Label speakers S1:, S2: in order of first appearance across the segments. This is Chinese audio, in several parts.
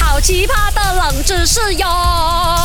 S1: 好奇葩的冷知识哟！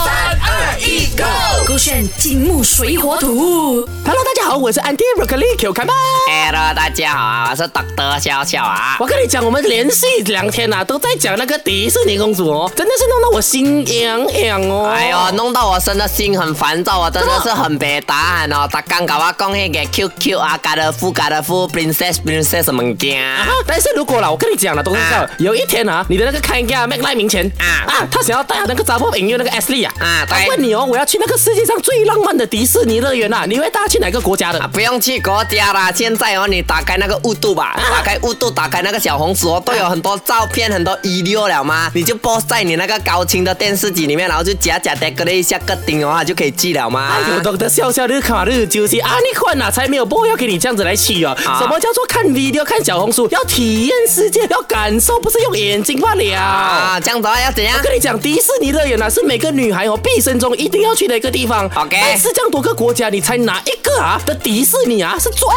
S1: 三
S2: 二一，Go！
S1: 勾选金木水火土。
S3: Hello，大家好，我是 Andy Broccoli Q 看吧。
S2: Hello，大家好，啊我是 Doctor 笑笑啊。
S3: 我跟你讲，我们连续两天呐、啊、都在讲那个迪士尼公主哦，真的是弄到我心痒痒哦。
S2: 哎呦，弄到我真的心很烦躁，啊我真的是很别答案哦。他刚搞我讲那个 QQ 啊，家的夫家的夫 Princess Princess 什么惊。
S3: 啊但是如果啦，我跟你讲了，董事长
S2: 啊，
S3: 有一天啊，你的那个看家 Mac 赖明前
S2: 啊
S3: 啊，他想要带那个杂波引诱那个 S 利啊
S2: 啊
S3: 他
S2: 对
S3: 问你哦，我要去那个世界上最浪漫的迪士尼乐园啊，你会带他去哪个国家的？
S2: 不用去国家啦，现在哦，你打开那个雾度吧，
S3: 啊
S2: 打开雾度，打开那个小红书哦，都有很多照片，很多 e 料了吗？你就 post 在你那个高清的电视机里面，然后就假假的隔了一下个顶哦，它就可以记了吗？
S3: 哎呦，懂得笑笑日卡日就是啊，你款哪、才没有播要给你这样子来洗哦。
S2: 啊
S3: 什么叫做看 video 看小红书？要体验世界，要感受，不是用眼睛罢了。
S2: 啊，这样子哦，要怎样
S3: 我？跟你讲，迪士尼乐园啊，是每个女孩哦毕生中一定要去的一个地方。
S2: OK
S3: 但是这样多个国家，你猜哪一个啊的迪士尼啊是最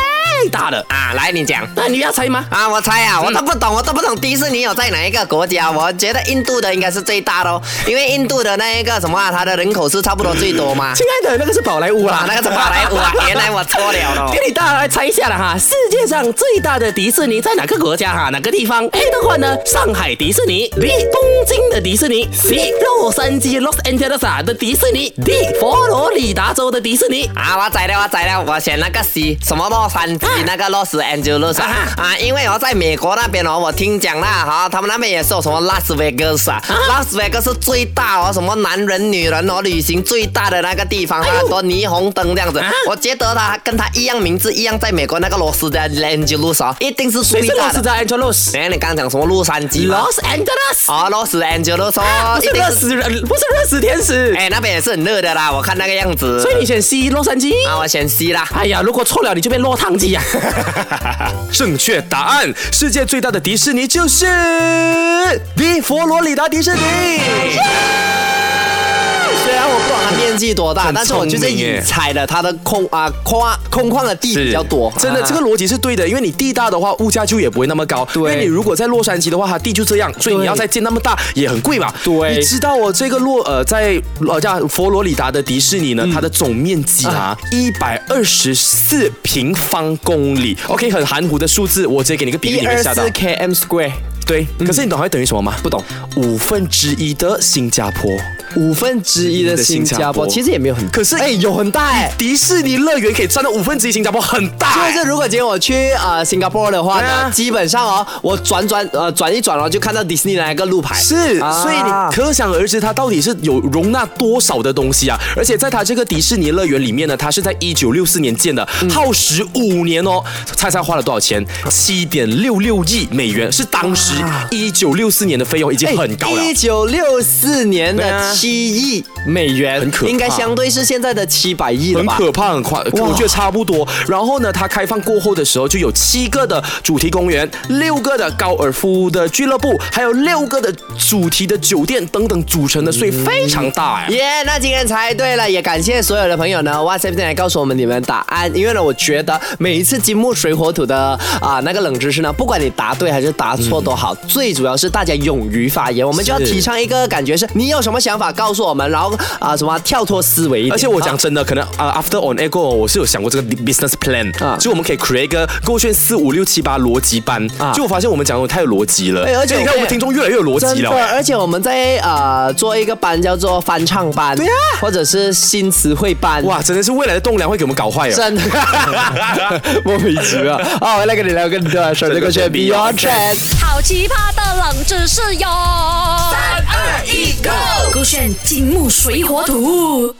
S3: 大的？
S2: 啊，来你讲。
S3: 那你要猜吗？
S2: 啊，我猜啊，我都不懂，我都不懂迪士尼有在哪一个国家。我觉得印度的应该是最大咯，因为印度的那一个什么、啊，它的人口是差不多最多嘛。
S3: 亲爱的，那个 是宝莱坞
S2: 啊
S3: 啦，，
S2: 那个是马来我啊，原来我错了
S4: 哦
S2: 咯。
S3: 给你大家来猜一下了哈，世界上最大的迪士尼在哪个国家哈？哪个地方？A 的话呢，上海迪士尼；B 东京的迪士尼；C 洛杉矶 Los Angeles 啊的迪士尼；D 佛罗里达州的迪士尼。
S2: 啊，我猜了，我猜了，我选那个 C，什么洛杉矶、那个洛斯 Angeles 啊
S3: 啊
S2: 啊，因为我在美国那边哦，我听讲啦哈、他们那边也是有什么拉斯维加斯啊，拉斯维加斯最大哦，什么男人女人哦旅行最大的那个地方，啊很多霓虹灯这样子。
S3: 哎啊
S2: 我觉得它跟它一样名字一样，在美国那个洛斯的 Angeles 哦，一定是
S3: 谁
S2: 最
S3: 是
S2: 大
S3: 洛
S2: 的。
S3: 斯在 Angeles？Los
S2: 哎，你刚讲什么洛杉矶吗？
S3: Angeles。
S2: 哦，洛斯 Angeles
S3: 啊
S2: 哦，
S3: 不
S2: 一
S3: 是
S2: 定
S3: 热
S2: 是。
S3: 死人，不是热死天使。
S2: 哎，那边也是很热的啦，我看那个样子。
S3: 所以你选 C 洛杉矶。
S4: 哦
S2: 啊，我选 C 啦。
S3: 哎呀，如果错了，你就变落汤鸡呀、啊
S4: 正确答案，世界最大的迪士尼就是 B 佛罗里达迪士尼。
S2: 虽然我不懂它面积多大，但是我就是以猜的它的空啊空啊空旷的地比较多。
S4: 真的，这个逻辑是对的，因为你地大的话，物价就也不会那么高。
S3: 对
S4: 因为你如果在洛杉矶的话，它地就这样，所以你要再建那么大也很贵嘛。
S3: 对
S4: 你知道哦，这个洛呃在呃叫佛罗里达的迪士尼呢，它的总面积啊
S2: 嗯
S4: 一百二十四平方公里。OK，很含糊的数字，我直接给你个比喻，
S2: 一
S4: 你
S2: 二
S4: 会
S2: 四
S4: 吓到。
S2: km square，嗯
S4: 对，可是你懂它等于什么吗？不懂，五分之一的新加坡。
S2: 五分之一的新加坡，其实也没有很，
S4: 可是
S2: 哎有很大哎。
S4: 迪士尼乐园可以占到五分之一新加坡，很大欸、
S2: 就是如果今天我去呃新加坡的话
S4: 对
S2: 呢
S4: 啊，
S2: 基本上哦，我转转呃转一转哦，就看到迪士尼那一个路牌。
S4: 是，
S2: 啊
S4: 所以你可想而知，它到底是有容纳多少的东西啊！而且在它这个迪士尼乐园里面呢，它是在一九六四年建的，耗时五年哦。猜猜花了多少钱？七点六六亿美元，是当时一九六四年的费用，已经很高了。
S2: 一九六四年
S4: 对
S2: 的
S4: 啊
S2: 七亿美元，
S4: 很可怕
S2: 应该相对是现在的七百亿了
S4: 很
S2: 吧？
S4: 可怕，很快，我觉得差不多。然后呢，它开放过后的时候，就有七个的主题公园，六个的高尔夫的俱乐部，还有六个的主题的酒店等等组成的，所以非常 大哎。
S2: 耶那今天猜对了，也感谢所有的朋友呢，WhatsApp 进来告诉我们你们的答案。因为呢，我觉得每一次金木水火土的啊、那个冷知识呢，不管你答对还是答错都好，最主要是大家勇于发言。我们就要
S4: 是
S2: 提倡一个感觉是，你有什么想法告诉我们，然后啊、什么跳脱思维一点。
S4: 而且我讲
S2: 啊
S4: 真的，可能啊、a f t e r on air 过后，我是有想过这个 business plan，、
S2: 啊
S4: 就我们可以 create 一个勾选四五六七八逻辑班，
S2: 啊
S4: 就我发现我们讲的太有逻辑了，
S2: 哎而且
S4: 所以你看
S2: 我
S4: 我们听众越来越有逻
S2: 真
S4: 辑
S2: 的
S4: 了，哎，
S2: 而且我们在呃做一个班叫做翻唱班，对呀、或者是新词汇班，
S4: 哇，真的是未来的栋梁会给我们搞坏哦 了。
S2: 真的 莫名其妙。好，我来跟你聊更多的事，这个是 Beyond Trend。
S1: 好奇葩的冷知识哟！三二一，Go！勾选金木水火土。